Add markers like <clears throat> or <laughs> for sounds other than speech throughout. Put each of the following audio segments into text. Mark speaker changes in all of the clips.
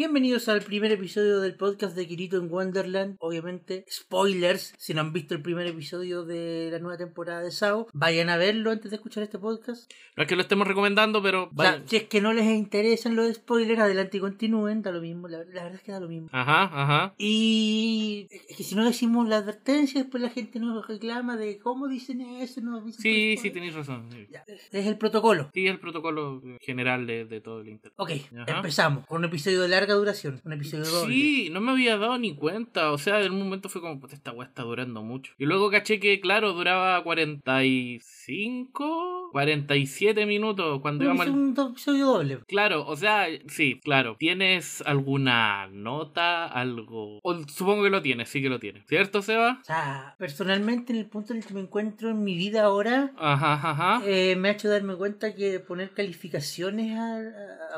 Speaker 1: Bienvenidos al primer episodio del podcast de Kirito en Wonderland. Obviamente, spoilers. Si no han visto el primer episodio de la nueva temporada de Sao, vayan a verlo antes de escuchar este podcast.
Speaker 2: No es que lo estemos recomendando, pero
Speaker 1: O sea,
Speaker 2: vayan.
Speaker 1: si es que no les interesan los spoilers, adelante y continúen. Da lo mismo. La, la verdad es que da lo mismo.
Speaker 2: Ajá, ajá.
Speaker 1: Y es que si no decimos la advertencia, después la gente nos reclama de cómo dicen eso. No dicen
Speaker 2: Sí,
Speaker 1: spoilers.
Speaker 2: sí, tenéis razón. sí.
Speaker 1: Ya, Es el protocolo.
Speaker 2: Y el protocolo general de, de todo el internet.
Speaker 1: Ok,
Speaker 2: Ajá.
Speaker 1: empezamos con un episodio de larga duración. Un episodio doble.
Speaker 2: Sí, no me había dado ni cuenta. O sea, en un momento fue como, puta, esta weá está durando mucho. Y luego caché que, claro, duraba 45, 47 minutos cuando
Speaker 1: Un,
Speaker 2: íbamos al...
Speaker 1: un episodio doble.
Speaker 2: Claro, o sea, sí, claro. ¿Tienes alguna nota, algo? O supongo que lo tienes, sí que lo tienes. ¿Cierto, Seba?
Speaker 1: O sea, personalmente en el punto en el que me encuentro en mi vida ahora,
Speaker 2: Ajá, ajá, ajá.
Speaker 1: eh, me ha hecho darme cuenta que poner calificaciones a,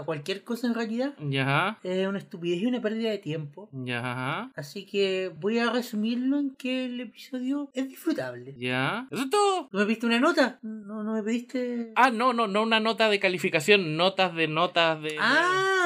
Speaker 1: a cualquier cosa en realidad
Speaker 2: Ya,
Speaker 1: es una estupidez y una pérdida de tiempo.
Speaker 2: ya, ajá,
Speaker 1: Así que voy a resumirlo en que el episodio es disfrutable.
Speaker 2: ya. ¿Eso es todo?
Speaker 1: ¿No me pediste una nota? ¿No, no me pediste...?
Speaker 2: Ah, no, no, no una nota de calificación, notas de notas de...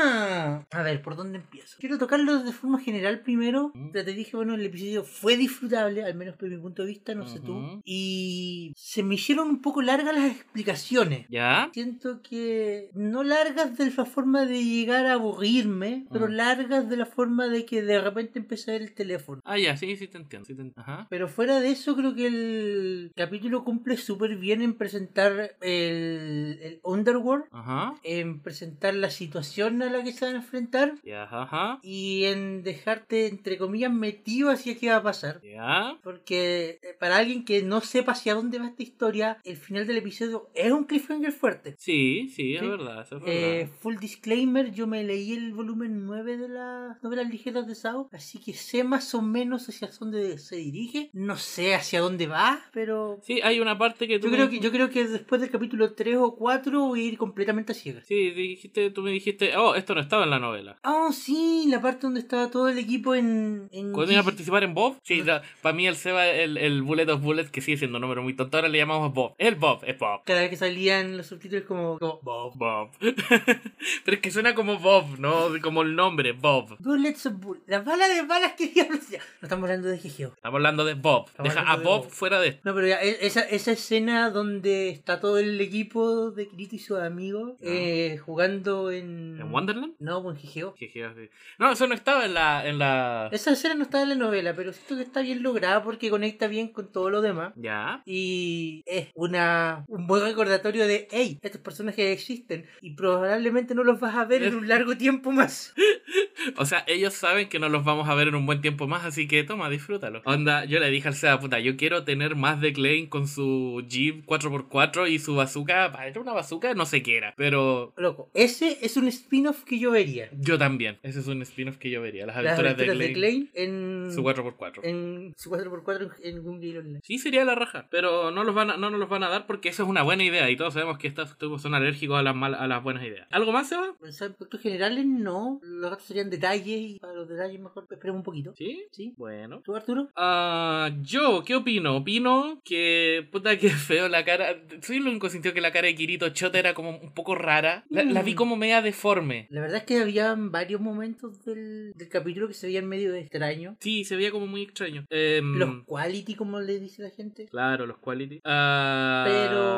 Speaker 1: Ah, a ver, ¿por dónde empiezo? Quiero tocarlo de forma general primero. Ya te dije, bueno, el episodio fue disfrutable, al menos por mi punto de vista, no sé tú.
Speaker 2: Ujú.
Speaker 1: Y se me hicieron un poco largas las explicaciones.
Speaker 2: ¿Ya?
Speaker 1: Siento que no largas de la forma de llegar a aburrirme, pero
Speaker 2: Mm.
Speaker 1: largas de la forma de que de repente empecé a ver el teléfono.
Speaker 2: Ah, ya, sí, sí te entiendo. Sí te entiendo. Ajá.
Speaker 1: Pero fuera de eso, creo que el capítulo cumple súper bien en presentar el, el Underworld,
Speaker 2: Ajá.
Speaker 1: en presentar la situación a la que se van a enfrentar
Speaker 2: Ya, ajá, ajá.
Speaker 1: y en dejarte, entre comillas, metido hacia qué va a pasar.
Speaker 2: Ya.
Speaker 1: Porque eh, para alguien que no sepa hacia dónde va esta historia, el final del episodio es un cliffhanger fuerte.
Speaker 2: Sí, sí, es
Speaker 1: Sí.
Speaker 2: verdad, eso es
Speaker 1: Eh,
Speaker 2: verdad.
Speaker 1: full disclaimer, yo me leí el volumen 9 de las novelas ligeras de Sao, así que sé más o menos hacia dónde se dirige, no sé hacia dónde va, pero
Speaker 2: Sí, hay una parte que tú
Speaker 1: yo
Speaker 2: me
Speaker 1: creo que, yo creo que después del capítulo 3 o 4 voy a ir completamente a ciegas.
Speaker 2: Sí, dijiste, tú me dijiste, oh, esto no estaba en la novela.
Speaker 1: Ah, sí, la parte donde estaba todo el equipo en... en
Speaker 2: ¿Cuándo iba a
Speaker 1: Gigi-
Speaker 2: participar en Bob? Sí, para mí el Seba, el, el Bullet of Bullets, que sigue siendo un número muy tonto, ahora le llamamos Bob. El Bob, es Bob.
Speaker 1: Cada vez que salían los subtítulos como... como Bob.
Speaker 2: Bob. <laughs> Pero es que suena como Bob, ¿no? Como el nombre, Bob.
Speaker 1: Bullets of bull- Las balas de balas que diablos... <laughs> ya. No estamos hablando de GGO.
Speaker 2: Estamos hablando de Bob.
Speaker 1: Estamos
Speaker 2: Deja a
Speaker 1: hablando de
Speaker 2: Bob
Speaker 1: Bob.
Speaker 2: fuera de esto.
Speaker 1: No, pero ya, e- esa, esa escena donde está todo el equipo de Kirito y sus amigos
Speaker 2: Ya.
Speaker 1: eh, jugando en...
Speaker 2: Ah. ¿En Wonderland?
Speaker 1: No, pues en GGO.
Speaker 2: Jeje, así. No, eso no estaba en la... En la...
Speaker 1: Esa escena no está en la novela, pero siento que está bien lograda porque conecta bien con todo lo demás.
Speaker 2: Ya.
Speaker 1: Y es una, un buen recordatorio de, hey, estos personajes existen y probablemente no los vas a ver en un largo tiempo más. <laughs>
Speaker 2: O sea, ellos saben que no los vamos a ver en un buen tiempo más, así que toma, disfrútalo. Onda, yo le dije al Seba, puta, yo quiero tener más de Klein con su Jeep 4x4 y su bazooka. Ah, Era una bazooka, no sé qué era, pero
Speaker 1: Loco, ese es un spin-off que yo vería.
Speaker 2: yo también. Ese es un spin-off que yo vería, las
Speaker 1: Las
Speaker 2: aventuras,
Speaker 1: aventuras de
Speaker 2: de Klein,
Speaker 1: Klein Eh. en
Speaker 2: su 4x4.
Speaker 1: en su 4x4 en en Google Online.
Speaker 2: Sí, sería la raja, pero no, los van a- no nos los van a dar porque eso es una buena idea y todos sabemos que estos tipos son alérgicos a las, mal- a las buenas ideas. ¿Algo más, Seba?
Speaker 1: Pensar en puntos generales, no. Los otros serían detalles y para los detalles mejor esperemos un poquito.
Speaker 2: ¿Sí?
Speaker 1: ¿Sí?
Speaker 2: Bueno.
Speaker 1: ¿Tú, Arturo?
Speaker 2: Ah, yo, ¿qué opino? Opino que, puta, que feo la cara. Soy el único que sintió que la cara de Kirito Chota era como un poco rara. La, la vi como media deforme.
Speaker 1: La verdad es que había varios momentos del, del capítulo que se veían medio extraños.
Speaker 2: Sí, se veía como muy extraño. Em,
Speaker 1: Los quality, como le dice la gente.
Speaker 2: Claro, los quality. Ah,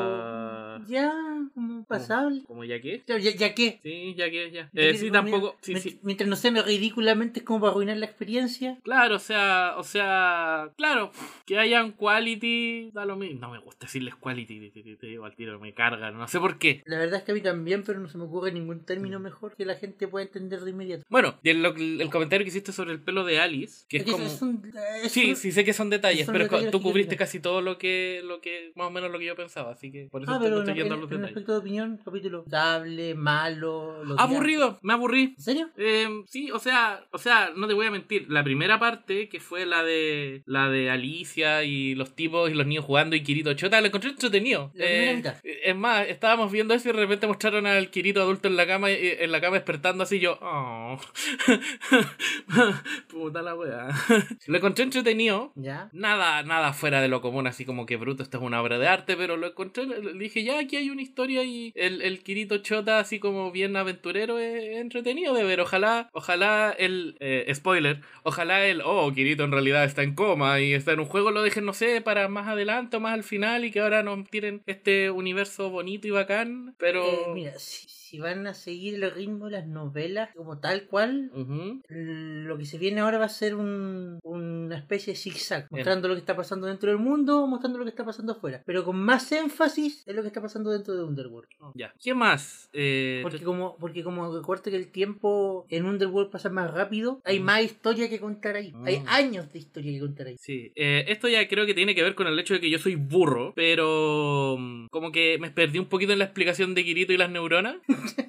Speaker 1: Pero ya,
Speaker 2: Oh.
Speaker 1: como pasable.
Speaker 2: Como ya que.
Speaker 1: Ya, ya, ya que.
Speaker 2: Sí, ya que, ya.
Speaker 1: Ya
Speaker 2: Eh,
Speaker 1: que,
Speaker 2: sí,
Speaker 1: mira,
Speaker 2: tampoco. Sí,
Speaker 1: mient-
Speaker 2: sí.
Speaker 1: Mientras no sean ridículamente es como para arruinar la experiencia.
Speaker 2: Claro, o sea, o sea, claro, que hayan quality, da lo mismo. No me gusta decirles quality, te, te- te digo al tiro, me cargan, no sé por qué.
Speaker 1: La verdad es que a mí también, pero no se me ocurre ningún término
Speaker 2: Mm.
Speaker 1: mejor que la gente pueda entender de inmediato.
Speaker 2: Bueno, y el, lo- el comentario que hiciste sobre el pelo de Alice, que es,
Speaker 1: Es que
Speaker 2: como...
Speaker 1: es un- es
Speaker 2: Sí,
Speaker 1: un-
Speaker 2: sí sé que son detalles,
Speaker 1: son
Speaker 2: pero
Speaker 1: detalles
Speaker 2: tú
Speaker 1: que yo
Speaker 2: cubriste
Speaker 1: tenía.
Speaker 2: casi todo lo que, lo que, más o menos lo que yo pensaba, así que por eso
Speaker 1: Ah,
Speaker 2: te-
Speaker 1: pero
Speaker 2: no
Speaker 1: en,
Speaker 2: estoy yendo a
Speaker 1: en-
Speaker 2: los
Speaker 1: en
Speaker 2: detalles.
Speaker 1: respecto de opinión, capítulo dable, malo, lo que-
Speaker 2: Aburrido, me aburrí.
Speaker 1: ¿En serio?
Speaker 2: Eh, sí, o sea, o sea, no te voy a mentir, la primera parte, que fue la de la de Alicia y los tipos y los niños jugando y Kirito Chota, la encontré entretenido.
Speaker 1: La primera
Speaker 2: Eh,
Speaker 1: mitad.
Speaker 2: es más, estábamos viendo eso y de repente mostraron al Kirito adulto en la cama eh, en la cama despertando así yo, "Oh". <laughs> Puta la weá. <laughs> Lo encontré entretenido,
Speaker 1: ¿Ya?
Speaker 2: Nada, nada fuera de lo común, así como que bruto, esto es una obra de arte, pero lo encontré, le- le dije, ya aquí hay una historia y el, el Kirito Chota, así como bien aventurero, es es entretenido de ver. Ojalá, ojalá el, eh, spoiler, ojalá el, oh, Kirito en realidad está en coma y está en un juego, lo dejen, no sé, para más adelante o más al final y que ahora nos tiren este universo bonito y bacán, pero...
Speaker 1: Eh, mira, si, si van a seguir el ritmo de las novelas como tal cual,
Speaker 2: Ujú.
Speaker 1: lo que se viene ahora va a ser un, una especie de zigzag, mostrando lo que está pasando dentro del mundo, mostrando lo que está pasando afuera, pero con más énfasis en lo que está pasando dentro de Underworld.
Speaker 2: Ya. ¿Qué más? Eh,
Speaker 1: Porque como, porque como recuerda que el tiempo en Underworld pasa más rápido, hay más historia que contar ahí. Hay
Speaker 2: Mm.
Speaker 1: años de historia que contar ahí.
Speaker 2: Sí, eh, esto ya creo que tiene que ver con el hecho de que yo soy burro, pero mm, como que me perdí un poquito en la explicación de Kirito y las neuronas.
Speaker 1: <laughs>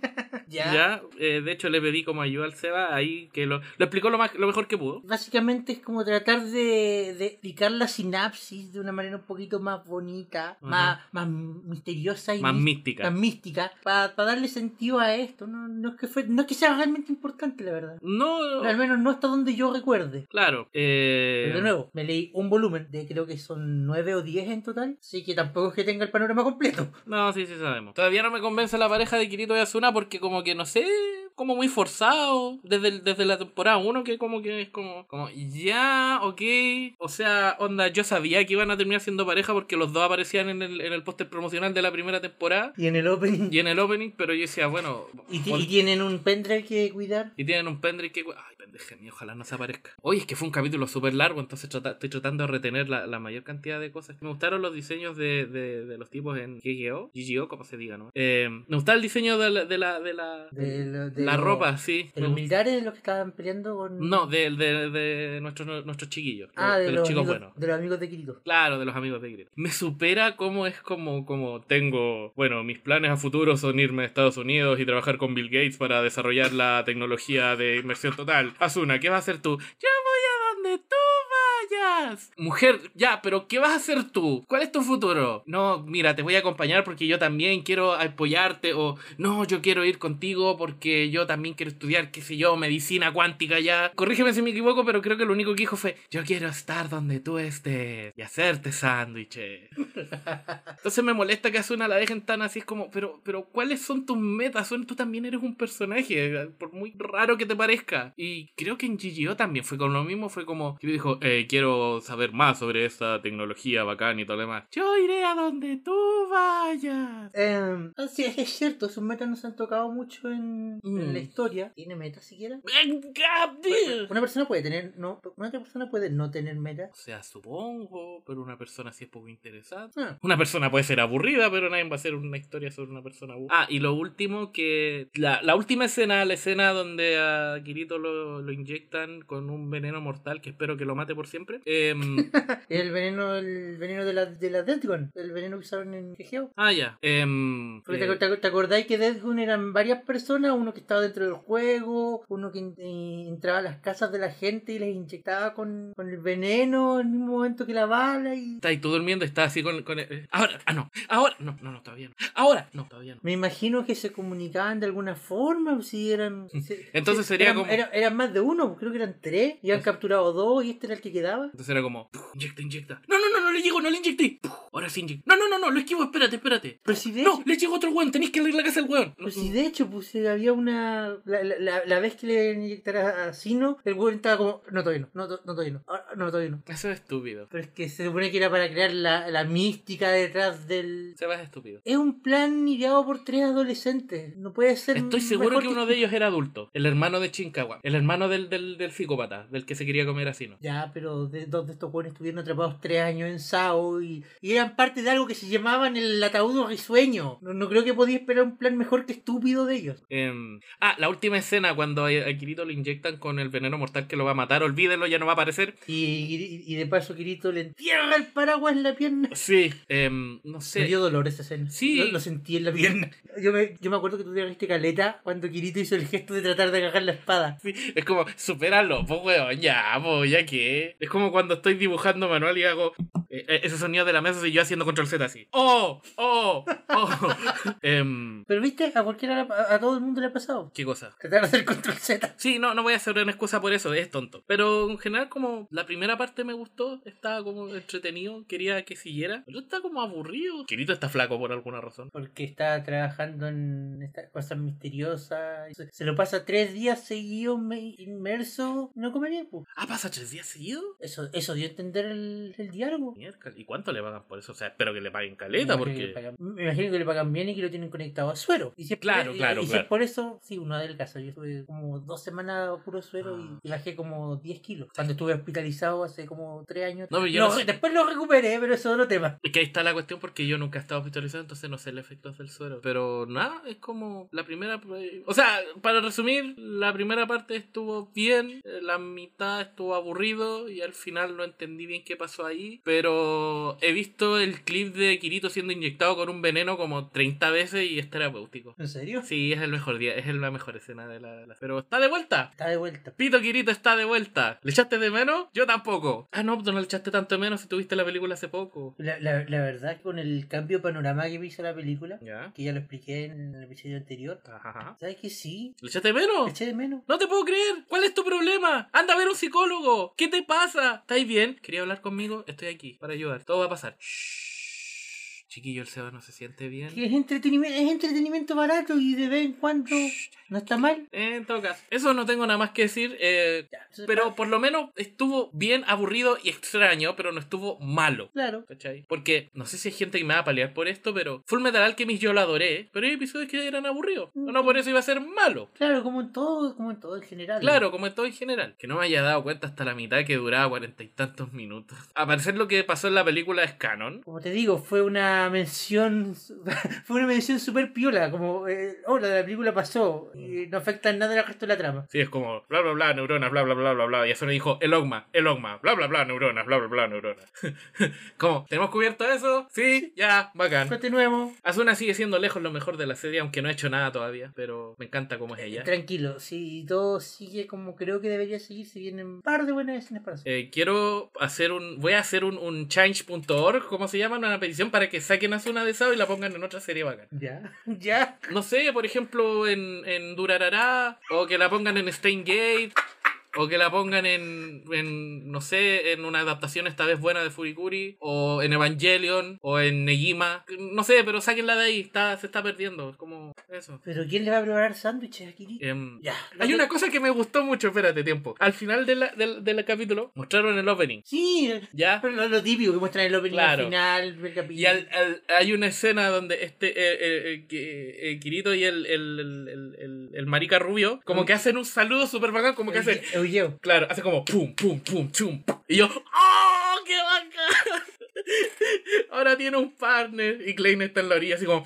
Speaker 1: Ya.
Speaker 2: <laughs> Ya, eh, de hecho le pedí como ayuda al Seba ahí que lo, lo explicó lo, más, lo mejor que pudo.
Speaker 1: Básicamente es como tratar de, de explicar la sinapsis de una manera un poquito más bonita,
Speaker 2: Ajá.
Speaker 1: más, más misteriosa y
Speaker 2: Más
Speaker 1: mística.
Speaker 2: mística.
Speaker 1: tan mística para darle sentido a esto. No, no es que fue, no es que sea realmente importante, la verdad.
Speaker 2: No,
Speaker 1: Pero al menos no hasta donde yo recuerde.
Speaker 2: claro. eh,
Speaker 1: Pero de nuevo, me leí un volumen de creo que son nueve o 10 en total, así que tampoco es que tenga el panorama completo. <laughs>
Speaker 2: No, sí, sí sabemos. Todavía no me convence la pareja de Kirito y Asuna porque como que no sé, como muy forzado desde, el- desde la temporada 1 que como que es como, como ya, ok. O sea, onda, yo sabía que iban a terminar siendo pareja porque los dos aparecían en el, en el póster promocional de la primera temporada
Speaker 1: Y en el opening.
Speaker 2: y en el opening, pero yo decía, bueno...
Speaker 1: Y, ti-
Speaker 2: vol-
Speaker 1: y tienen un pendrive que cuidar.
Speaker 2: y tienen un pendrive que... Ay, pendeje mía, ojalá no se aparezca. Oye, es que fue un capítulo súper largo, entonces trata- estoy tratando de retener la, la mayor cantidad de cosas. Me gustaron los diseños de, de- de los tipos en GGO, GGO, como se diga, ¿no? Eh, me gustaba el diseño de la... De la, de la,
Speaker 1: De, lo- de
Speaker 2: la
Speaker 1: lo-
Speaker 2: ropa, sí.
Speaker 1: De los militares de los que estaban peleando con.
Speaker 2: No, de, de, de nuestros nuestros chiquillos.
Speaker 1: Ah, de,
Speaker 2: de
Speaker 1: los,
Speaker 2: los chicos
Speaker 1: amigos,
Speaker 2: buenos.
Speaker 1: de los amigos de Kirito.
Speaker 2: Claro, de los amigos de Grito. Me supera cómo es como, como tengo, bueno, mis planes a futuro son irme a Estados Unidos y trabajar con Bill Gates para desarrollar la tecnología de inversión total. Asuna, ¿qué vas a hacer tú? Yo voy a donde tú vayas. Mujer, ya, pero ¿qué vas a hacer tú? ¿Cuál es tu futuro? No, mira, te voy a acompañar porque yo también quiero apoyarte o no, yo quiero ir contigo porque yo también quiero estudiar, qué sé yo, medicina cuántica ya. Corrígeme si me equivoco, pero creo que lo único que dijo fue, yo quiero estar donde tú estés y hacerte sándwiches. Entonces me molesta que Asuna la dejen tan así, es como, pero, pero ¿cuáles son tus metas? Asuna, tú también eres un personaje, por muy raro que te parezca. Y creo que en GGO también fue con lo mismo, fue como, que dijo, eh, quiero saber más sobre esta tecnología bacán y todo lo demás. Yo iré a donde tú vayas.
Speaker 1: Eh, ah, sí, es cierto, sus metas no se han tocado mucho en, en la
Speaker 2: Mm.
Speaker 1: historia. ¿Tiene metas siquiera?
Speaker 2: Gabriel.
Speaker 1: Una persona puede tener, no, una otra persona puede no tener metas.
Speaker 2: O sea, supongo, pero una persona sí es poco interesante.
Speaker 1: Ah,
Speaker 2: Una persona puede ser aburrida, pero nadie va a hacer una historia sobre una persona aburrida. Ah, y lo último que... La, la última escena, la escena donde a Kirito lo, lo inyectan con un veneno mortal que espero que lo mate por siempre. Em,
Speaker 1: el veneno, el veneno de la, de la Death Gun, el veneno que usaron en GGO.
Speaker 2: ah, ya. Em,
Speaker 1: Porque
Speaker 2: eh,
Speaker 1: te, te- te acordáis que Death Gun eran varias personas, uno que estaba dentro del juego, uno que en- eh, entraba a las casas de la gente y les inyectaba con, con el veneno en el mismo momento que la bala y...
Speaker 2: Está ahí tú durmiendo, está así con... con el- eh, ahora, ah, no. Ahora, no, no, no, todavía no. Ahora, no, todavía no.
Speaker 1: Me imagino que se comunicaban de alguna forma, pues, si eran... si-
Speaker 2: <laughs> Entonces
Speaker 1: si-
Speaker 2: sería
Speaker 1: eran,
Speaker 2: como-
Speaker 1: Eran, eran más de uno, pues, creo que eran tres, y han capturado dos y este era el que quedaba.
Speaker 2: Entonces era como, "Puf, inyecta, inyecta. No, no, no, no le llego, no le inyecté. Puf, ahora sí inyecta. No, no, no, no, lo esquivo, espérate, espérate.
Speaker 1: Pero si de
Speaker 2: No,
Speaker 1: hecho-
Speaker 2: le llegó otro weón, tenéis que leer la casa del weón.
Speaker 1: Pues si de hecho, pues eh, había una. La, la- la- la vez que le inyectara a Sino, el weón estaba como. No, todavía no, no, to- no, todavía no, ah, no, todavía no.
Speaker 2: Eso es estúpido.
Speaker 1: Pero es que se supone que era para crear la, la mística detrás del.
Speaker 2: Seba es estúpido.
Speaker 1: Es un plan ideado por tres adolescentes. No puede ser.
Speaker 2: Estoy seguro
Speaker 1: mejor
Speaker 2: que uno de ellos era adulto. El hermano de Chinkawa. El hermano del, del, del psicópata, del que se quería comer así, ¿no?
Speaker 1: Ya, pero de, dos de estos weones estuvieron atrapados tres años en Sao y, y eran parte de algo que se llamaban el ataúd risueño. No, no creo que podía esperar un plan mejor que estúpido de ellos.
Speaker 2: Em, ah, la última escena cuando a, a Kirito lo inyectan con el veneno mortal que lo va a matar. Olvídenlo, ya no va a aparecer.
Speaker 1: Y Y, y de paso Kirito le entierra el paraguas en la pierna.
Speaker 2: Sí, em, no sé.
Speaker 1: Me dio dolor esa escena.
Speaker 2: Sí.
Speaker 1: Lo, lo sentí en la pierna. Yo me, yo me acuerdo que tú te agarraste caleta cuando Kirito hizo el gesto de tratar de agarrar la espada.
Speaker 2: Sí, es como, supéralo, pues weón, ya, pues, ya que. Es como cuando estoy dibujando manual y hago eh, eh, ese sonido de la mesa y yo haciendo control Z así. ¡Oh! ¡Oh! ¡Oh! <laughs> Em,
Speaker 1: Pero viste, a cualquiera, le- a, a todo el mundo le ha pasado.
Speaker 2: ¿Qué cosa?
Speaker 1: Tratar de hacer control Z.
Speaker 2: Sí, no, no voy a hacer una excusa por eso, es tonto. Pero en general, como la primera parte me gustó, estaba como entretenido, quería que siguiera. Pero está como aburrido. Kirito está flaco por alguna razón.
Speaker 1: Porque está trabajando en estas cosas misteriosas. Se, se lo pasa tres días seguidos me- inmerso. No comería, pues.
Speaker 2: Ah, pasa tres días seguidos.
Speaker 1: Eso, eso dio a entender el, el diálogo.
Speaker 2: Miércoles. ¿Y cuánto le pagan por eso? O sea, espero que le paguen caleta,
Speaker 1: Me imagino que le
Speaker 2: porque.
Speaker 1: pagan- Me imagino que le pagan bien y que lo tienen conectado a suero. Y si es por-
Speaker 2: Claro,
Speaker 1: y-
Speaker 2: claro,
Speaker 1: y si
Speaker 2: claro.
Speaker 1: es por eso, sí, uno adelgaza. Yo estuve como dos semanas a puro suero
Speaker 2: Ah.
Speaker 1: y, y bajé como 10 kilos. Cuando estuve hospitalizado hace como 3 años.
Speaker 2: No, pero yo
Speaker 1: Lo-
Speaker 2: no sé-
Speaker 1: Después lo recuperé, pero eso es otro tema.
Speaker 2: Es que ahí está la cuestión porque yo nunca he estado hospitalizado, entonces no sé el efecto del suero. Pero nada, es como la primera... O sea, para resumir, la primera parte estuvo bien, eh, la mitad estuvo aburrido y al final no entendí bien qué pasó ahí. Pero he visto el clip de Kirito siendo inyectado con un veneno como 30 veces y es terapéutico.
Speaker 1: ¿En serio?
Speaker 2: Sí, es el mejor día, es la mejor escena de la... la- Pero está de vuelta.
Speaker 1: Está de vuelta.
Speaker 2: Pito Kirito está de vuelta. ¿Le echaste de menos? Yo tampoco. Ah, no, no le echaste tanto de menos si tuviste la película hace poco.
Speaker 1: La, la, la verdad, con el cambio de panorama que me hizo la película,
Speaker 2: ¿Ya?
Speaker 1: que ya lo expliqué en el episodio anterior,
Speaker 2: Ajá.
Speaker 1: ¿sabes que sí?
Speaker 2: ¿Le echaste de menos?
Speaker 1: Eché de menos.
Speaker 2: No te puedo creer. ¿Cuál es tu problema? Anda a ver un psicólogo. ¿Qué te pasa? ¿Estáis bien? ¿Quería hablar conmigo? Estoy aquí para ayudar. Todo va a pasar. Shh. Chiquillo, el Seba no se siente bien.
Speaker 1: Que es entretenimiento, es entretenimiento barato y de vez en cuando
Speaker 2: Shh.
Speaker 1: no está mal.
Speaker 2: En todo caso, eso no tengo nada más que decir. eh,
Speaker 1: Ya.
Speaker 2: pero por lo menos estuvo bien aburrido y extraño, pero no estuvo malo.
Speaker 1: Claro.
Speaker 2: ¿Cachai? Porque no sé si hay gente que me va a paliar por esto, pero Full Metal Alchemist yo lo adoré, pero hay episodios que eran aburridos. No por eso iba a ser malo.
Speaker 1: Claro, como en todo, como en todo en general.
Speaker 2: Claro, como en todo en general. Que no me haya dado cuenta hasta la mitad que duraba cuarenta y tantos minutos. <laughs> A parecer lo que pasó en la película es canon.
Speaker 1: Como te digo, fue una mención <laughs> fue una mención super piola, como eh, oh, la de la película pasó, y no afecta en nada el resto de la trama.
Speaker 2: Sí, es como bla bla bla neuronas, bla bla bla bla bla. Y eso le dijo el ogma, el ogma, bla bla bla neuronas, bla bla bla neuronas. <laughs> como, ¿tenemos cubierto eso? Sí, ya, bacán.
Speaker 1: Continuemos.
Speaker 2: Asuna sigue siendo lejos lo mejor de la serie, aunque no ha hecho nada todavía, pero me encanta cómo es ella.
Speaker 1: Tranquilo, si todo sigue como creo que debería seguir, si vienen un par de buenas escenas para hacer.
Speaker 2: Eh, quiero hacer un. Voy a hacer un, un change.org, ¿cómo se llama? Una petición para que saquen a Asuna de Sao y la pongan en otra serie bacán.
Speaker 1: Ya, <laughs> ya.
Speaker 2: No sé, por ejemplo, en, en Durarará, o que la pongan en Steingate, o que la pongan en, en, no sé, en una adaptación esta vez buena de Furikuri, o en Evangelion, o en Negima. No sé, pero sáquenla de ahí, está, se está perdiendo, es como eso.
Speaker 1: Pero ¿quién le va a preparar sándwiches a Kirito?
Speaker 2: Em,
Speaker 1: Ya.
Speaker 2: hay una cosa que me gustó mucho, espérate, tiempo. Al final de la- del, del capítulo, mostraron el opening,
Speaker 1: Sí,
Speaker 2: ¿ya?
Speaker 1: pero no es lo típico que muestran el opening
Speaker 2: Claro.
Speaker 1: al final del capítulo.
Speaker 2: Y al- al- hay una escena donde este eh, eh, eh, que- eh, Kirito y el, el, el, el- el- el marica rubio como que hacen un saludo súper bacán, como que hacen...
Speaker 1: Euge- Eugeo.
Speaker 2: Claro, hace como pum, pum, pum, chum. pum. Y yo, ¡oh, qué bacán! <laughs> Ahora tiene un partner y Klein está en la orilla así como...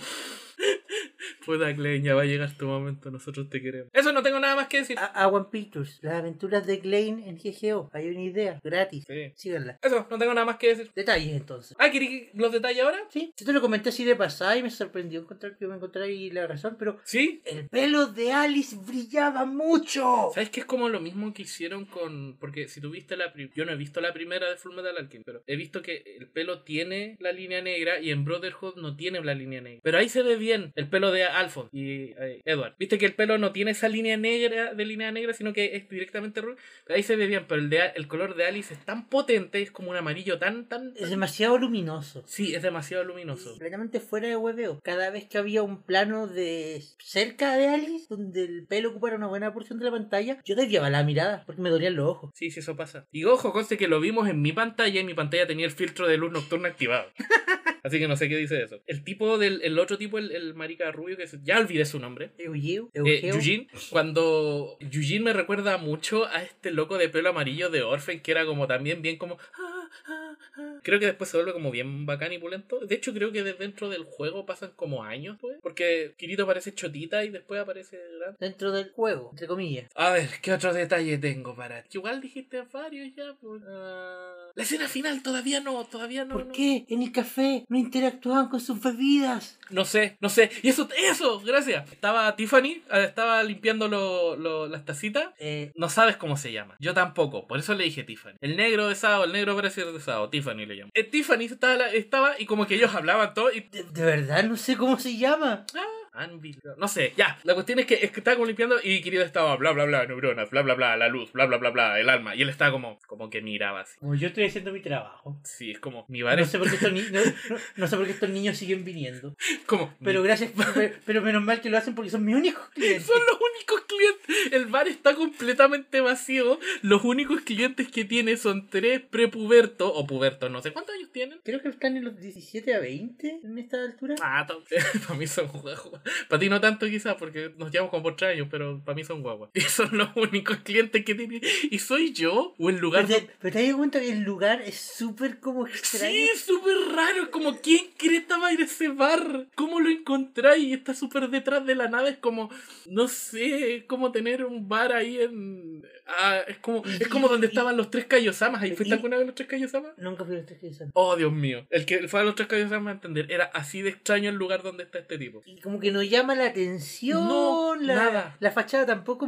Speaker 2: Puta Klein, ya va a llegar tu momento, nosotros te queremos. Eso no tengo nada más que decir. Ah,
Speaker 1: A, a One Pictures, las aventuras de Klein en GGO. Hay una idea, gratis.
Speaker 2: Sí.
Speaker 1: Síganla.
Speaker 2: Eso, no tengo nada más que decir.
Speaker 1: Detalles entonces.
Speaker 2: Ah, ¿querí los detalles ahora?
Speaker 1: Sí, yo te lo comenté así de pasada y me sorprendió encontrar que me encontré ahí la razón, pero
Speaker 2: ¿Sí?
Speaker 1: el pelo de Alice brillaba mucho.
Speaker 2: ¿Sabes que es como lo mismo que hicieron con.? Porque si tuviste la. pri- Yo no he visto la primera de Fullmetal Alchemist, pero he visto que el pelo tiene la línea negra y en Brotherhood no tiene la línea negra. Pero ahí se ve bien el pelo de Alphonse y eh, Edward. Viste que el pelo no tiene esa línea negra de línea negra, sino que es directamente rubio. Ahí se ve bien, pero el, de, el color de Alice es tan potente, es como un amarillo tan, tan.
Speaker 1: Es demasiado luminoso.
Speaker 2: Sí, es demasiado luminoso.
Speaker 1: Completamente fuera de hueveo. Cada vez que había un plano de cerca de Alice, donde el pelo ocupara una buena porción de la pantalla, yo desviaba la mirada porque me dolían los ojos.
Speaker 2: Sí, sí, eso pasa. Y ojo, conste que lo vimos en mi pantalla y mi pantalla tenía el filtro de luz nocturna activado. Así que no sé qué dice eso. El tipo del el otro tipo, el, el marica rubio, que se- ya olvidé su nombre.
Speaker 1: Eugeo,
Speaker 2: Eh,
Speaker 1: Eugeo.
Speaker 2: Eugene, cuando Eugene me recuerda mucho a este loco de pelo amarillo de Orphan que era como también bien como "Ah, Creo que después se vuelve como bien bacán y pulento. De hecho, creo que desde dentro del juego pasan como años, pues. Porque Kirito aparece chotita y después aparece grande.
Speaker 1: Dentro del juego, entre comillas.
Speaker 2: A ver, ¿qué otro detalle tengo para ti? Igual dijiste varios ya, pues. Ah, La escena final todavía no, todavía no.
Speaker 1: ¿Por
Speaker 2: no.
Speaker 1: qué en el café no interactuaban con sus bebidas?
Speaker 2: No sé, no sé. Y eso, eso, gracias. Estaba Tiffany, eh, estaba limpiando lo- lo- las tacitas.
Speaker 1: Eh,
Speaker 2: No sabes cómo se llama. Yo tampoco. Por eso le dije Tiffany. El negro de Sao, el negro brasier de Sao. Tiffany le llamo. Eh, Tiffany estaba, la- estaba y como que ellos hablaban todo y...
Speaker 1: de, de verdad no sé cómo se llama.
Speaker 2: Anvil. No sé, ya. La cuestión es que, es que estaba como limpiando y querido estaba bla bla bla, neuronas, bla bla bla, la luz, bla bla bla bla, el alma. Y él estaba como, como que miraba así.
Speaker 1: Como yo estoy haciendo mi trabajo.
Speaker 2: Sí, es como, mi bar
Speaker 1: No
Speaker 2: es
Speaker 1: sé, por qué estos ni- no- no- no sé por qué estos niños siguen viniendo.
Speaker 2: como...
Speaker 1: Pero gracias, pero, pero menos mal que lo hacen porque son mis únicos clientes.
Speaker 2: <laughs> Son los únicos clientes. El bar está completamente vacío. Los únicos clientes que tiene son tres prepubertos o pubertos, no sé cuántos años tienen.
Speaker 1: Creo que están en los 17 a 20 en esta altura.
Speaker 2: Ah, <laughs> to- para mí son guaguas. Para ti no tanto quizás porque nos llevamos como por tres años, pero para mí son guaguas. <laughs> Y son los únicos clientes que tiene. ¿Y soy yo? ¿O el lugar
Speaker 1: Pero te, pero te das cuenta que el lugar es súper como extraño.
Speaker 2: Sí, es súper raro. Es como, ¿quién creta va a ir a ese bar? ¿Cómo lo encontráis? Y Está súper detrás de la nave. Es como, no sé, es como tener un bar ahí en. Ah, es como es como donde estaban los tres Kaiosamas. ¿Ahí fuiste
Speaker 1: y-
Speaker 2: alguna vez a los tres Kaiosamas?
Speaker 1: Nunca fui a los tres que son.
Speaker 2: Oh, Dios mío. El que fue a los tres Kaiosamas a entender. Era así de extraño el lugar donde está este tipo.
Speaker 1: Y como que no llama la atención.
Speaker 2: No,
Speaker 1: la,
Speaker 2: nada.
Speaker 1: La fachada tampoco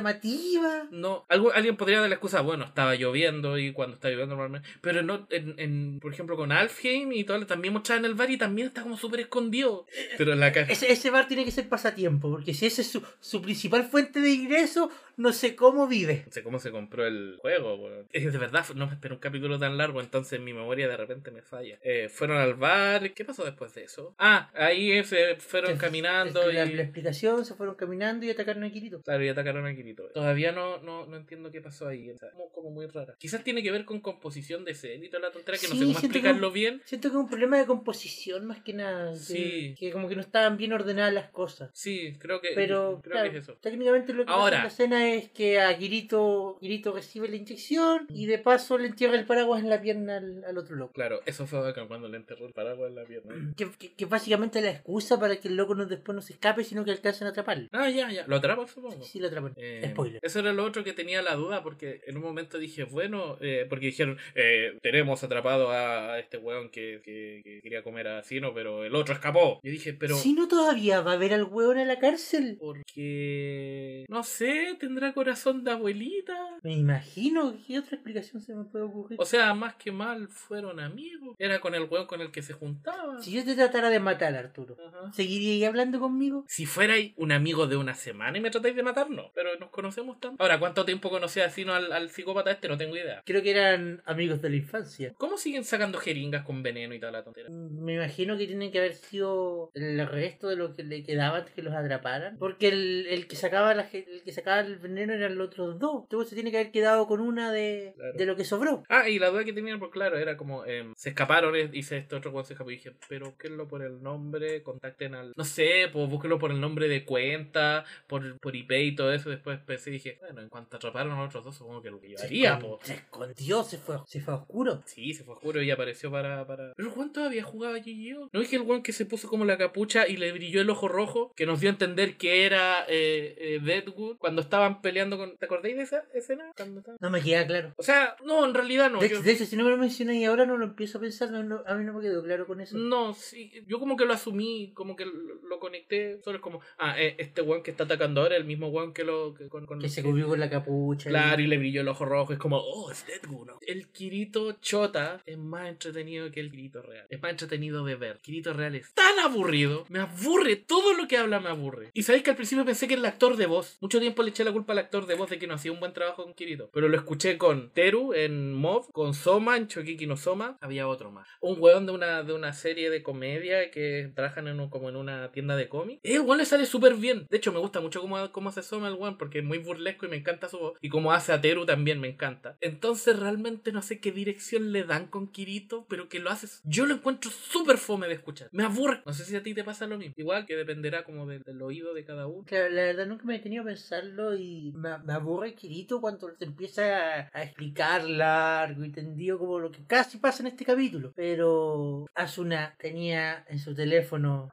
Speaker 1: llamativa.
Speaker 2: No, algu- alguien podría dar la excusa, bueno, estaba lloviendo y cuando está lloviendo normalmente, pero no, en, en- por ejemplo con Alfheim y todo, también mostraba en el bar y también está como súper escondido.
Speaker 1: Eh,
Speaker 2: Pero en la caja...
Speaker 1: Ese, ese bar tiene que ser pasatiempo, porque si esa es su, su principal fuente de ingreso, no sé cómo vive.
Speaker 2: No sé cómo se compró el juego, weón. Es que de verdad, no me esperé un capítulo tan largo, entonces mi memoria de repente me falla. Eh, fueron al bar, ¿qué pasó después de eso? Ah, ahí eh, se fueron caminando
Speaker 1: Este Es que la, la
Speaker 2: y...
Speaker 1: explicación, se fueron caminando y atacaron a Kirito.
Speaker 2: Claro, y atacaron a Kirito. Todavía no, no, no entiendo qué pasó ahí. o sea, como, como muy rara. Quizás tiene que ver con composición de escena y toda la tontera que no
Speaker 1: Sí,
Speaker 2: sé cómo
Speaker 1: siento que-
Speaker 2: explicarlo bien.
Speaker 1: Siento que es un problema de composición más que nada. que-
Speaker 2: Sí.
Speaker 1: Que, como que no estaban bien ordenadas las cosas.
Speaker 2: Sí, creo que,
Speaker 1: Pero
Speaker 2: creo
Speaker 1: claro,
Speaker 2: que es eso.
Speaker 1: técnicamente lo que
Speaker 2: Ahora.
Speaker 1: pasa en la escena es que a Kirito, Kirito recibe la inyección y de paso le entierra el paraguas en la pierna al, al otro loco. <clears throat>
Speaker 2: Claro, eso fue bacán cuando le enterró el paraguas en la pierna. <clears throat>
Speaker 1: Que, que, que básicamente es la excusa para que el loco no, después no se escape, sino que alcancen a atraparlo.
Speaker 2: Ah, ya, ya. ¿Lo atrapa, supongo?
Speaker 1: Sí, lo atrapan.
Speaker 2: Eh,
Speaker 1: Spoiler.
Speaker 2: Eso era lo otro que tenía la duda porque en un momento dije, bueno, eh, porque dijeron, eh, tenemos atrapado a, a este weón que, que- que quería comer a Sino, pero el otro escapó. Yo dije, pero...
Speaker 1: Si no todavía va a haber al hueón a la cárcel.
Speaker 2: Porque... No sé, tendrá corazón de abuelita.
Speaker 1: Me imagino que otra explicación se me puede ocurrir.
Speaker 2: O sea, más que mal fueron amigos. Era con el weón con el que se juntaba.
Speaker 1: si yo te tratara de matar, Arturo,
Speaker 2: Ajá.
Speaker 1: ¿seguiría ahí hablando conmigo?
Speaker 2: Si fuerais un amigo de una semana y me tratáis de matar, no. Pero nos conocemos tanto. Ahora, ¿cuánto tiempo conocí a Sino al, al psicópata este? No tengo idea.
Speaker 1: Creo que eran amigos de la infancia.
Speaker 2: ¿Cómo siguen sacando jeringas con veneno y toda la tontera?
Speaker 1: Me imagino que tienen que haber sido el resto de lo que le quedaba antes que los atraparan. Porque el, el que sacaba la, ge- el que sacaba el veneno eran los otros dos. Entonces se tiene que haber quedado con una de,
Speaker 2: Claro.
Speaker 1: de lo que sobró.
Speaker 2: Ah, y la duda que tenían, pues claro, era como, em, se escaparon, eh, dice este otro cuando se escapó, y dije, pero búsquenlo por el nombre, contacten al, no sé, pues búsquenlo por el nombre de cuenta, por, por IP y todo eso, después pensé y dije, bueno, en cuanto atraparon a los otros dos, supongo que lo que
Speaker 1: se,
Speaker 2: llevaría,
Speaker 1: escon-
Speaker 2: pues.
Speaker 1: se escondió, se fue, se fue a oscuro.
Speaker 2: Sí, se fue oscuro y apareció para... para... ¿Pero Juan todavía jugaba Yu-Gi-Oh? ¿No es que el Juan que se puso como la capucha y le brilló el ojo rojo? Que nos dio a entender que era eh, eh, Deadwood cuando estaban peleando con... ¿Te acordáis de esa escena? Cuando estaban-
Speaker 1: No me queda claro.
Speaker 2: O sea, no, en realidad no.
Speaker 1: de,
Speaker 2: yo-
Speaker 1: hecho- de hecho, si no me lo mencionas y ahora no lo empiezo a pensar, no- no- a mí no me quedó claro con eso.
Speaker 2: No, sí, yo como que lo asumí, como que lo, lo conecté, solo es como, ah, eh, este weón que está atacando ahora, el mismo weón que lo... que con, con-
Speaker 1: Que se
Speaker 2: que-
Speaker 1: cubrió con la capucha. y-
Speaker 2: Claro, y le brilló el ojo rojo, es como, oh, es Deadwood. ¿no? El Kirito Chota es más entretenido que el Kirito Real, es más entretenido de ver. Kirito Real es tan aburrido, me aburre, todo lo que habla me aburre. Y sabéis que al principio pensé que era el actor de voz, mucho tiempo le eché la culpa al actor de voz de que no hacía un buen trabajo con Kirito, pero lo escuché con Teru en Mob, con Soma en Chokiki no Soma, había otro más. Un weón de una, de una serie de comedia que trabajan en un- como en una tienda tienda de cómics. El weón le sale súper bien. De hecho, me gusta mucho cómo, cómo se asoma el weón porque es muy burlesco y me encanta su voz. Y como hace a Teru también me encanta. Entonces, realmente no sé qué dirección le dan con Kirito, pero que lo haces. Yo lo encuentro súper fome de escuchar. Me aburre. No sé si a ti te pasa lo mismo. Igual que dependerá como de- del oído de cada uno. <laughs>
Speaker 1: Claro, la verdad nunca me he tenido a pensarlo y me, me aburre Kirito cuando te empieza a, a explicar largo y tendido como lo que casi pasa en este capítulo. Pero Asuna tenía en su teléfono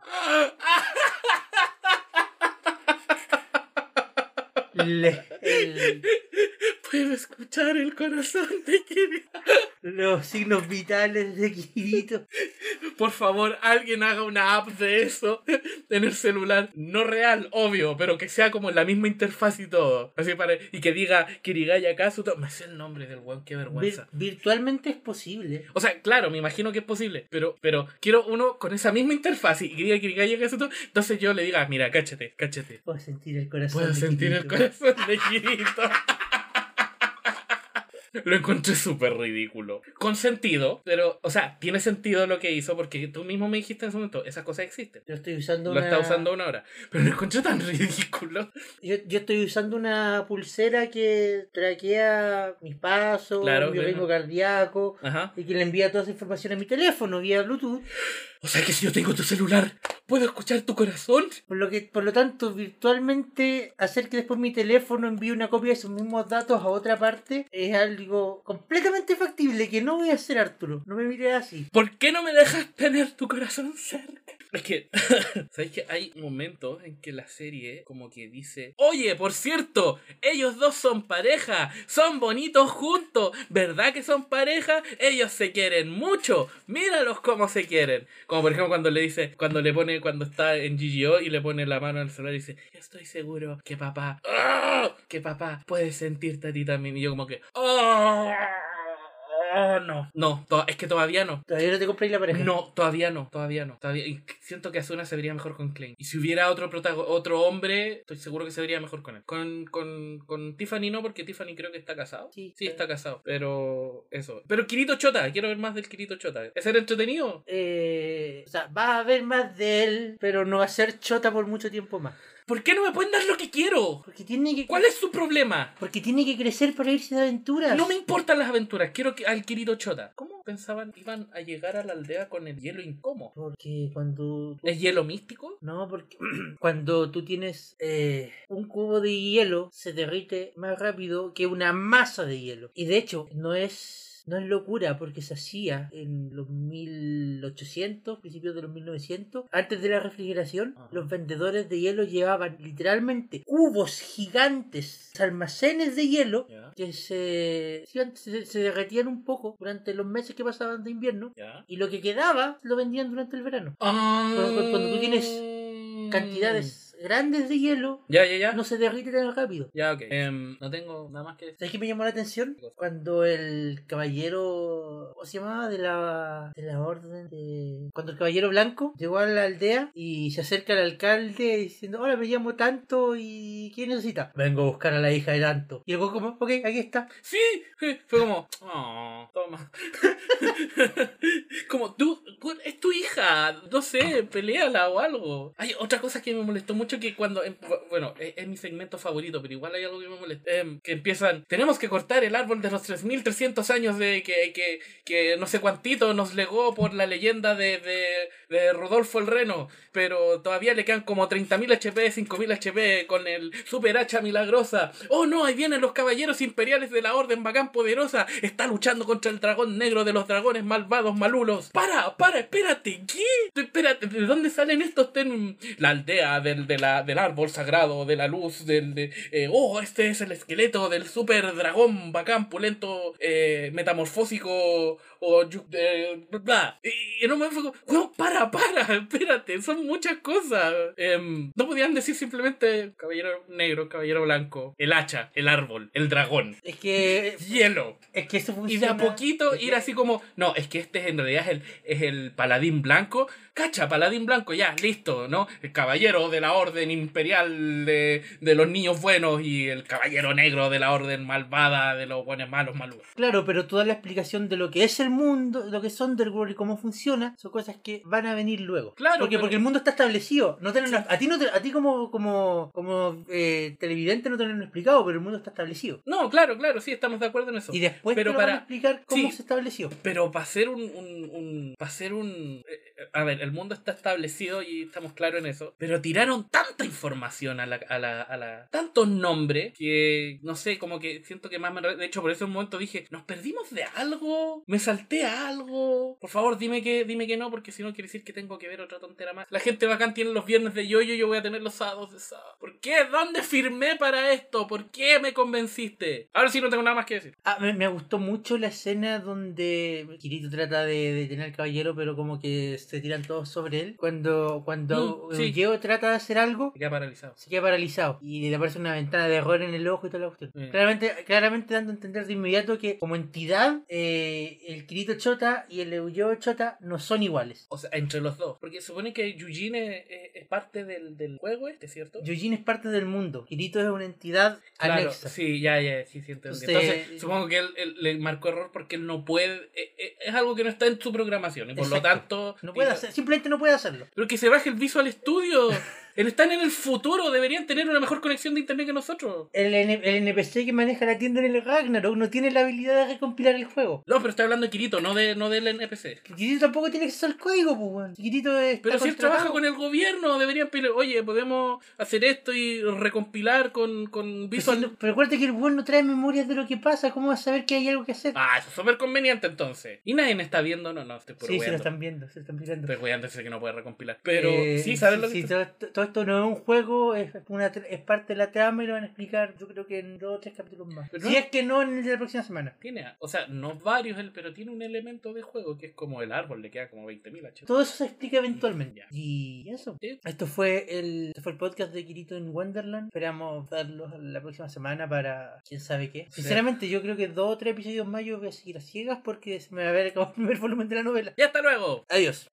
Speaker 1: le- el-
Speaker 2: Puedo escuchar el corazón de Kirito.
Speaker 1: los signos vitales de Kirito.
Speaker 2: Por favor, alguien haga una app de eso <laughs> en el celular. No real, obvio, pero que sea como la misma interfaz y todo. Así para, y que diga Kirigaya Kazuto. Me sé el nombre del weón, qué vergüenza.
Speaker 1: Vir- virtualmente es posible.
Speaker 2: O sea, claro, me imagino que es posible, pero, pero quiero uno con esa misma interfaz y que diga Kirigaya Kazuto. Entonces yo le diga, "Ah, mira, cáchate, cáchate.
Speaker 1: Puedo sentir el corazón.
Speaker 2: Puedo
Speaker 1: de
Speaker 2: sentir el
Speaker 1: Kirito.
Speaker 2: corazón de Kirito. Lo encontré súper ridículo. Con sentido, pero, o sea, tiene sentido lo que hizo porque tú mismo me dijiste en su momento, esas cosas existen.
Speaker 1: Yo estoy usando
Speaker 2: Lo está
Speaker 1: una-
Speaker 2: usando una hora. Pero lo encontré tan <laughs> ridículo.
Speaker 1: Yo, yo estoy usando una pulsera que traquea mis pasos,
Speaker 2: Claro,
Speaker 1: mi
Speaker 2: claro.
Speaker 1: ritmo cardíaco
Speaker 2: Ajá.
Speaker 1: y que le envía toda esa información a mi teléfono vía Bluetooth.
Speaker 2: O sea que si yo tengo tu celular, ¿puedo escuchar tu corazón?
Speaker 1: Por lo, que, por lo tanto, virtualmente hacer que después mi teléfono envíe una copia de esos mismos datos a otra parte es algo completamente factible que no voy a hacer, Arturo. No me mires así.
Speaker 2: ¿Por qué no me dejas tener tu corazón cerca? Es que, <laughs> ¿sabes que hay momentos en que la serie como que dice, oye, por cierto, ellos dos son pareja, son bonitos juntos, ¿verdad que son pareja? Ellos se quieren mucho, míralos cómo se quieren. Como por ejemplo cuando le dice, cuando le pone, cuando está en GGO y le pone la mano al celular y dice, yo estoy seguro que papá, ¡ah! que papá puede sentirte a ti también. Y yo como que, oh, no, no, to- es que todavía no.
Speaker 1: Todavía no te compré la pareja.
Speaker 2: No, todavía no, todavía no. Todavía... y Siento que Asuna se vería mejor con Klein. Y si hubiera otro protago- otro hombre, estoy seguro que se vería mejor con él. Con, con, con Tiffany no, porque Tiffany creo que está casado.
Speaker 1: Sí,
Speaker 2: está casado. Pero eso. Pero Kirito Chota, quiero ver más del Kirito Chota. ¿Ese era entretenido?
Speaker 1: Eh, o sea, vas a ver más de él, pero no va a ser chota por mucho tiempo más.
Speaker 2: ¿Por qué no me pueden dar lo que quiero?
Speaker 1: Porque tiene que,
Speaker 2: ¿Cuál es su problema?
Speaker 1: porque tiene que crecer para irse de aventuras.
Speaker 2: No me importan las aventuras, quiero que al Kirito Chota. ¿Cómo pensaban que iban a llegar a la aldea con el hielo incómodo?
Speaker 1: Porque cuando.
Speaker 2: ¿Es hielo místico?
Speaker 1: No, porque <clears throat> cuando tú tienes eh, un cubo de hielo, se derrite más rápido que una masa de hielo. Y de hecho, no es. No es locura porque se hacía en los 1800, principios de los 1900, antes de la refrigeración,
Speaker 2: Ajá.
Speaker 1: los vendedores de hielo llevaban literalmente cubos gigantes, almacenes de hielo
Speaker 2: Ya,
Speaker 1: que se, se, se derretían un poco durante los meses que pasaban de invierno
Speaker 2: ya.
Speaker 1: y lo que quedaba lo vendían durante el verano.
Speaker 2: Ah.
Speaker 1: Cuando- cuando tú tienes
Speaker 2: Mm.
Speaker 1: Cantidades grandes de hielo
Speaker 2: Ya, ya, ya.
Speaker 1: no se derrite tan rápido.
Speaker 2: Ya, ok. Em, no tengo nada más que decir.
Speaker 1: ¿Sabes qué me llamó la atención? Cuando el caballero. ¿Cómo se llamaba? De la. De la orden de. Cuando el caballero blanco llegó a la aldea y se acerca al alcalde diciendo: Hola, me llamo tanto y. ¿Quién necesita? Vengo a buscar a la hija de tanto. Y el güey como: Ok, aquí está.
Speaker 2: ¡Sí! Fue como, oh, toma. <laughs> como, tú, güey, es tu hija, no sé, peleala o algo. Hay otra cosa que me molestó mucho que cuando, em, bu- bueno, es, es mi segmento favorito, pero igual hay algo que me molesta. Em, que empiezan, tenemos que cortar el árbol de los 3300 años de que, que, que no sé cuántito nos legó por la leyenda de, de, de Rodolfo el Reno, pero todavía le quedan como 30.000 HP, 5.000 HP con el super hacha milagrosa. Oh no, ahí vienen los caballeros imperiales de la Orden Bacán Poderosa. Está luchando contra el dragón negro de los dragones malvados malulos. Para, para, espérate, ¿qué? Tú Espérate, ¿de dónde salen estos? Ten... La aldea del, de la- del árbol sagrado, de la luz, del... de- eh, oh, este es el esqueleto del super dragón bacán, pulento, eh, metamorfósico o... yu- eh, bla. Y, y no me fue como, "Weón, para, para, espérate, son muchas cosas. Em, no podían decir simplemente caballero negro, caballero blanco, el hacha, el árbol, el dragón,
Speaker 1: Es que.
Speaker 2: hielo.
Speaker 1: Es que eso funciona.
Speaker 2: Y de a poquito
Speaker 1: es que-
Speaker 2: ir así como, no, es que este en realidad es el, es el paladín blanco. Cacha, paladín blanco, ya, listo, ¿no? El caballero de la orden orden imperial de, de los niños buenos y el caballero negro de la orden malvada de los buenos malos malucos.
Speaker 1: Claro, pero toda la explicación de lo que es el mundo, lo que es Underworld y cómo funciona, son cosas que van a venir luego.
Speaker 2: Claro,
Speaker 1: Porque,
Speaker 2: pero-
Speaker 1: porque el mundo está establecido. No te lo- a ti no te- a ti como, como, como eh, televidente no te lo han explicado, pero el mundo está establecido.
Speaker 2: No, claro, claro, sí, estamos de acuerdo en eso.
Speaker 1: Y después
Speaker 2: Pero
Speaker 1: te lo van
Speaker 2: para-
Speaker 1: a explicar cómo
Speaker 2: sí.
Speaker 1: se estableció.
Speaker 2: Pero para ser un, un, un- para ser un eh, eh, a ver, el mundo está establecido y estamos claros en eso. Pero tiraron tanta información a la, a la, a la- tantos nombres que no sé, como que siento que más me enre- de hecho por eso en un momento dije, nos perdimos de algo, me salté algo. Por favor, dime que dime que no porque si no quiere decir que tengo que ver otra tontera más. La gente bacán tiene los viernes de yoyo, yo voy a tener los sábados de sábado. ¿Por qué? ¿Dónde firmé para esto? ¿Por qué me convenciste? Ahora sí no tengo nada más que decir.
Speaker 1: Ah, me, me gustó mucho la escena donde Kirito trata de detener al caballero, pero como que se tiran todos sobre él. Cuando, cuando
Speaker 2: Mm, sí.
Speaker 1: Yeo trata de hacer algo,
Speaker 2: Me queda paralizado.
Speaker 1: se queda paralizado y le aparece una ventana de error en el ojo y toda la cuestión.
Speaker 2: Mm.
Speaker 1: Claramente, claramente dando a entender de inmediato que como entidad, eh, el Kirito Chota y el Eugeo Chota no son iguales.
Speaker 2: O sea, entre los dos. Porque se supone que Yujin es, es- es parte del, del juego este, ¿cierto?
Speaker 1: Yujin es parte del mundo, Kirito es una entidad
Speaker 2: Claro,
Speaker 1: anexa.
Speaker 2: sí, ya, ya, sí, sí, entendí.
Speaker 1: Entonces-
Speaker 2: Entonces, supongo que él, él le marcó error porque él no puede. eh, eh, Es, algo que no está en su programación y por lo
Speaker 1: Exacto.
Speaker 2: tanto.
Speaker 1: No puede
Speaker 2: y-
Speaker 1: hacer, simplemente no puede hacerlo.
Speaker 2: Pero que se baje el Visual
Speaker 1: <laughs>
Speaker 2: Studio. él están en el futuro, deberían tener una mejor conexión de internet que nosotros.
Speaker 1: El, N- el NPC que maneja la tienda en el Ragnarok no tiene la habilidad de recompilar el juego.
Speaker 2: No, pero está hablando de Kirito, no, de, no del NPC.
Speaker 1: Kirito tampoco tiene acceso al código, pues, weón. Kirito está
Speaker 2: Pero si él
Speaker 1: contratado.
Speaker 2: trabaja con el gobierno, deberían pedir, oye, podemos hacer esto y recompilar con, con
Speaker 1: Pero
Speaker 2: Visual
Speaker 1: si no- pero acuérdate que el weón no trae memorias de lo que pasa, ¿cómo va a saber que hay algo que hacer?
Speaker 2: Ah, eso es súper conveniente entonces. Y nadie me está viendo, no, no, estoy por
Speaker 1: sí, se lo
Speaker 2: weando.
Speaker 1: están viendo, se lo están mirando.
Speaker 2: Estoy weando, sé que no puede recompilar. Pero
Speaker 1: Eh,
Speaker 2: sí, ¿sabes lo que
Speaker 1: sí,
Speaker 2: estoy-
Speaker 1: todo, esto- todo esto no es un juego, es, una, tra- es parte de la trama y lo van a explicar, yo creo que en dos o tres capítulos más.
Speaker 2: Pero
Speaker 1: si
Speaker 2: no-
Speaker 1: es que no, en el de la próxima semana.
Speaker 2: Tiene, o sea, no varios, él, pero tiene un elemento de juego que es como el árbol, le queda como 20.000 HP.
Speaker 1: Todo eso se explica eventualmente.
Speaker 2: Ya.
Speaker 1: Y eso.
Speaker 2: Sí.
Speaker 1: Esto fue el, este fue el podcast de Kirito en Wonderland. Esperamos verlos la próxima semana para quién sabe qué.
Speaker 2: Sí.
Speaker 1: Sinceramente, yo creo que dos o tres episodios más yo voy a seguir a ciegas porque se me va a ver acabado el primer volumen de la novela.
Speaker 2: ¡Y hasta luego!
Speaker 1: Adiós.